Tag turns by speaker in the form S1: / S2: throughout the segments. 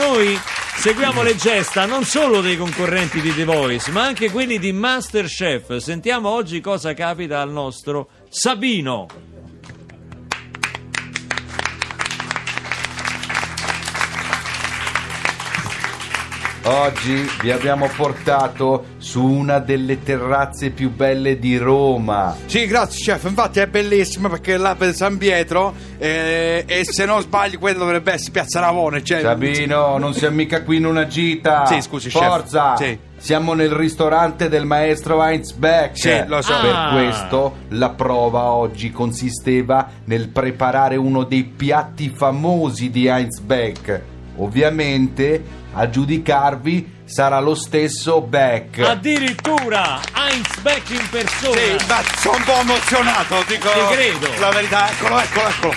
S1: noi seguiamo le gesta non solo dei concorrenti di The Voice, ma anche quelli di Masterchef. Sentiamo oggi cosa capita al nostro Sabino.
S2: Oggi vi abbiamo portato su una delle terrazze più belle di Roma.
S3: Sì, grazie chef, infatti è bellissimo perché là per San Pietro eh, e se non sbaglio quello dovrebbe essere Piazza Navone, cioè
S2: Sabino, non siamo mica qui in una gita.
S3: Sì, scusi, chef.
S2: Forza!
S3: Sì.
S2: Siamo nel ristorante del maestro Heinz Beck.
S3: Sì, lo so.
S2: Per
S1: Ah.
S2: questo la prova oggi consisteva nel preparare uno dei piatti famosi di Heinz Beck. Ovviamente a giudicarvi sarà lo stesso Beck.
S3: Ah.
S1: Addirittura Heinz Beck in persona.
S3: Sì, ma sono un po' emozionato, dico
S1: Ti credo.
S3: la verità, eccolo, eccolo, eccolo.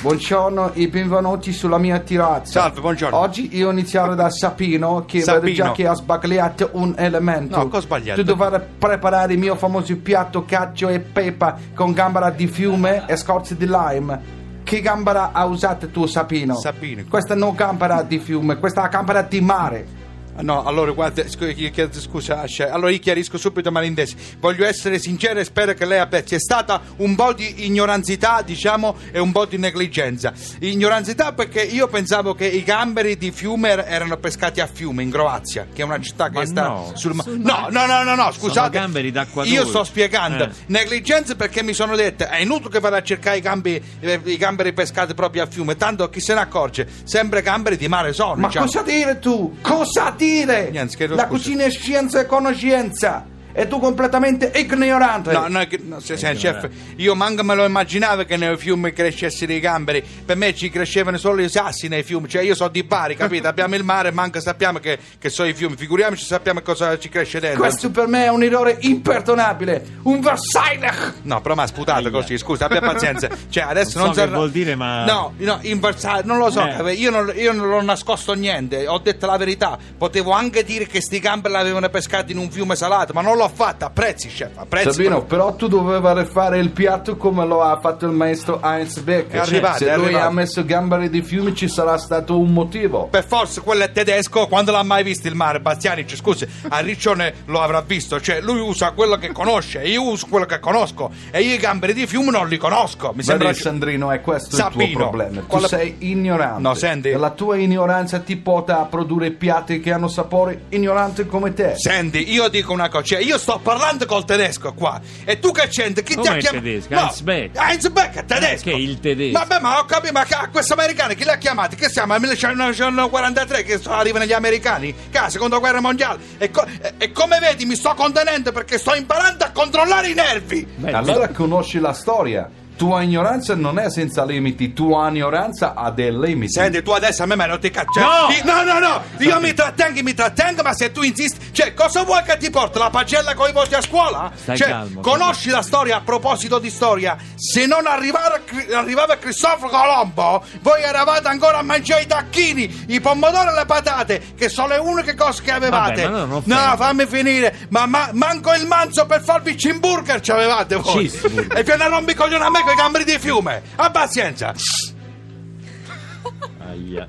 S2: Buongiorno e benvenuti sulla mia terrazza.
S3: Salve, buongiorno.
S2: Oggi io inizierò da Sapino che
S3: Sapino.
S2: vedo già che ha sbagliato un elemento.
S3: No, cosa ho sbagliato?
S2: Tu dovrai preparare il mio famoso piatto cacio e pepa con gambera di fiume e scorze di lime. Che gambera ha usato tu, Sapino?
S3: Sapino.
S2: Questa non gambera di fiume, questa è gambera di mare.
S3: No, allora guarda, scu- io chiedo scusa, eh, chef. allora io chiarisco subito malintesi. Voglio essere sincero e spero che lei apprezzi. È stata un po' di ignoranzità, diciamo, e un po' di negligenza. Ignoranzità perché io pensavo che i gamberi di fiume er- erano pescati a fiume in Croazia, che è una città che
S1: Ma
S3: sta
S1: no,
S3: sul mare. No, no, no, no, no, scusate.
S1: gamberi d'acqua
S3: Io
S1: dolce.
S3: sto spiegando.
S1: Eh.
S3: Negligenza perché mi sono detto è inutile che vada a cercare i gamberi, eh, i gamberi pescati proprio a fiume, tanto chi se ne accorge? Sempre gamberi di mare sono,
S2: Ma
S3: diciamo.
S2: cosa dire tu? Cosa dire?
S3: Niente, chiedo
S2: La
S3: scusa.
S2: cucina è scienza e conoscenza. E tu completamente ignorante.
S3: No, no, che- no, se- se- chef,
S1: ignorante.
S3: io manco me lo immaginavo che nei fiumi crescessero i gamberi. Per me ci crescevano solo i sassi nei fiumi. Cioè, io so di Bari, capito? Abbiamo il mare, manco sappiamo che, che sono i fiumi. Figuriamoci, sappiamo cosa ci cresce dentro.
S2: Questo per me è un errore imperdonabile, un Versailles!
S3: No, però mi ha sputato così, scusa, abbia pazienza. Cioè, adesso
S1: Non
S3: non,
S1: so che
S3: sarà-
S1: vuol dire, ma-
S3: No, no, inversare, non lo so,
S1: Eh.
S3: capito? io, non, io non ho nascosto niente, ho detto la verità. Potevo anche dire che sti gamberi l'avevano pescato in un fiume salato, ma non l'ho fatto. Apprezzi, chef, apprezzi.
S2: Sabino, però tu dovevi fare il piatto come lo ha fatto il maestro Heinz Beck.
S3: È arrivato,
S2: Se
S3: è
S2: lui
S3: arrivato.
S2: ha messo gamberi di fiume ci sarà stato un motivo.
S3: Per forza, quello è tedesco, quando l'ha mai visto il mare? Bastianic, scusi, a Riccione lo avrà visto, cioè lui usa quello che conosce, io uso quello che conosco, e io i gamberi di fiume non li conosco, mi
S2: Vedi
S3: sembra...
S2: Sandrino, è questo il
S3: Sabino,
S2: tuo problema. Tu
S3: quale-
S2: sei ignorante.
S3: No, senti.
S2: E la tua ignoranza ti porta a produrre piatti che hanno sapore ignorante come te.
S3: Senti, io dico una cosa, cioè, io sto parlando col tedesco qua, e tu che c'entri? Chi ti
S1: Come
S3: ha
S1: il
S3: chiamato?
S1: tedesco? Heinz Beck.
S3: Heinz Beck è tedesco.
S1: Perché il tedesco?
S3: Vabbè, ma ho capito, ma a questo americano chi l'ha chiamato? Che siamo al 1943 che so- arrivano gli americani? Che è la seconda guerra mondiale. E, co- e- e come vedi mi sto contenendo perché sto imparando a controllare i nervi.
S1: Beh,
S2: allora conosci la storia. Tua ignoranza non è senza limiti, tua ignoranza ha dei limiti.
S3: Senti, tu adesso a me me lo ti caccia.
S1: No!
S3: Di- cioè, no, no, no! Io mi trattengo, mi trattengo, ma se tu insisti. Cioè, cosa vuoi che ti porti? La pagella con i voti a scuola?
S1: Stai
S3: cioè,
S1: calmo,
S3: conosci la storia a proposito di storia. Se non arrivare- arrivava Cristoforo Colombo, voi eravate ancora a mangiare i tacchini, i pomodori e le patate, che sono le uniche cose che avevate.
S1: Vabbè, ma no, non offendi.
S3: no, fammi finire. Ma, ma- manco il manzo per farvi cimburger ci avevate voi.
S1: Cheeseburger.
S3: e viene a rompicoglione a me con i gamberi di fiume. A pazienza.
S1: Aia.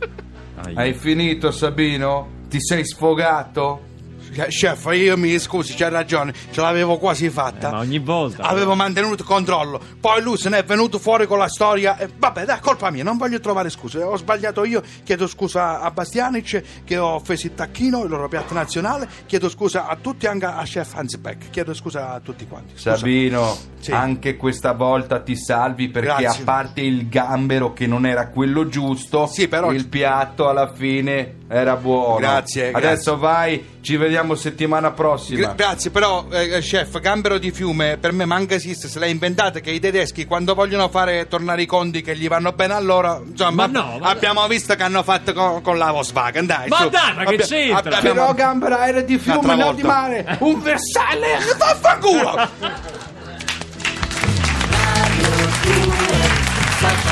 S1: Aia.
S2: Hai finito Sabino? Ti sei sfogato?
S3: Cioè, Chef, io mi scusi, c'ha ragione, ce l'avevo quasi fatta.
S1: Eh, ma ogni volta.
S3: Avevo mantenuto il controllo, poi lui se ne è venuto fuori con la storia. eh, vabbè, dai, colpa mia, non voglio trovare scuse. Ho sbagliato io, chiedo scusa a Bastianic che ho offeso il tacchino, il loro piatto nazionale. Chiedo scusa a tutti, anche a Chef Hansbeck. Chiedo scusa a tutti quanti. scusa.
S2: Sabino,
S3: Sì.
S2: anche questa volta ti salvi perché
S3: Grazie.
S2: a parte il gambero che non era quello giusto,
S3: Sì, però-
S2: il piatto alla fine era buono.
S3: Grazie,
S2: Adesso vai, ci vediamo settimana prossima.
S3: Gra- grazie, però, eh, chef, gambero di fiume per me manca esiste. Se l'ha inventata che i tedeschi, quando vogliono fare tornare i conti che gli vanno bene, allora insomma,
S1: Ma no, ma-
S3: abbiamo visto che hanno fatto con, con la Volkswagen. Dai,
S1: Ma
S3: su.
S1: dai, ma che c'entra?
S3: abbiamo-
S2: Però gambera era di fiume,
S3: Un'altra
S2: non di
S3: volta.
S2: mare. Un versale.
S3: Vaffanculo!
S4: Radio 2,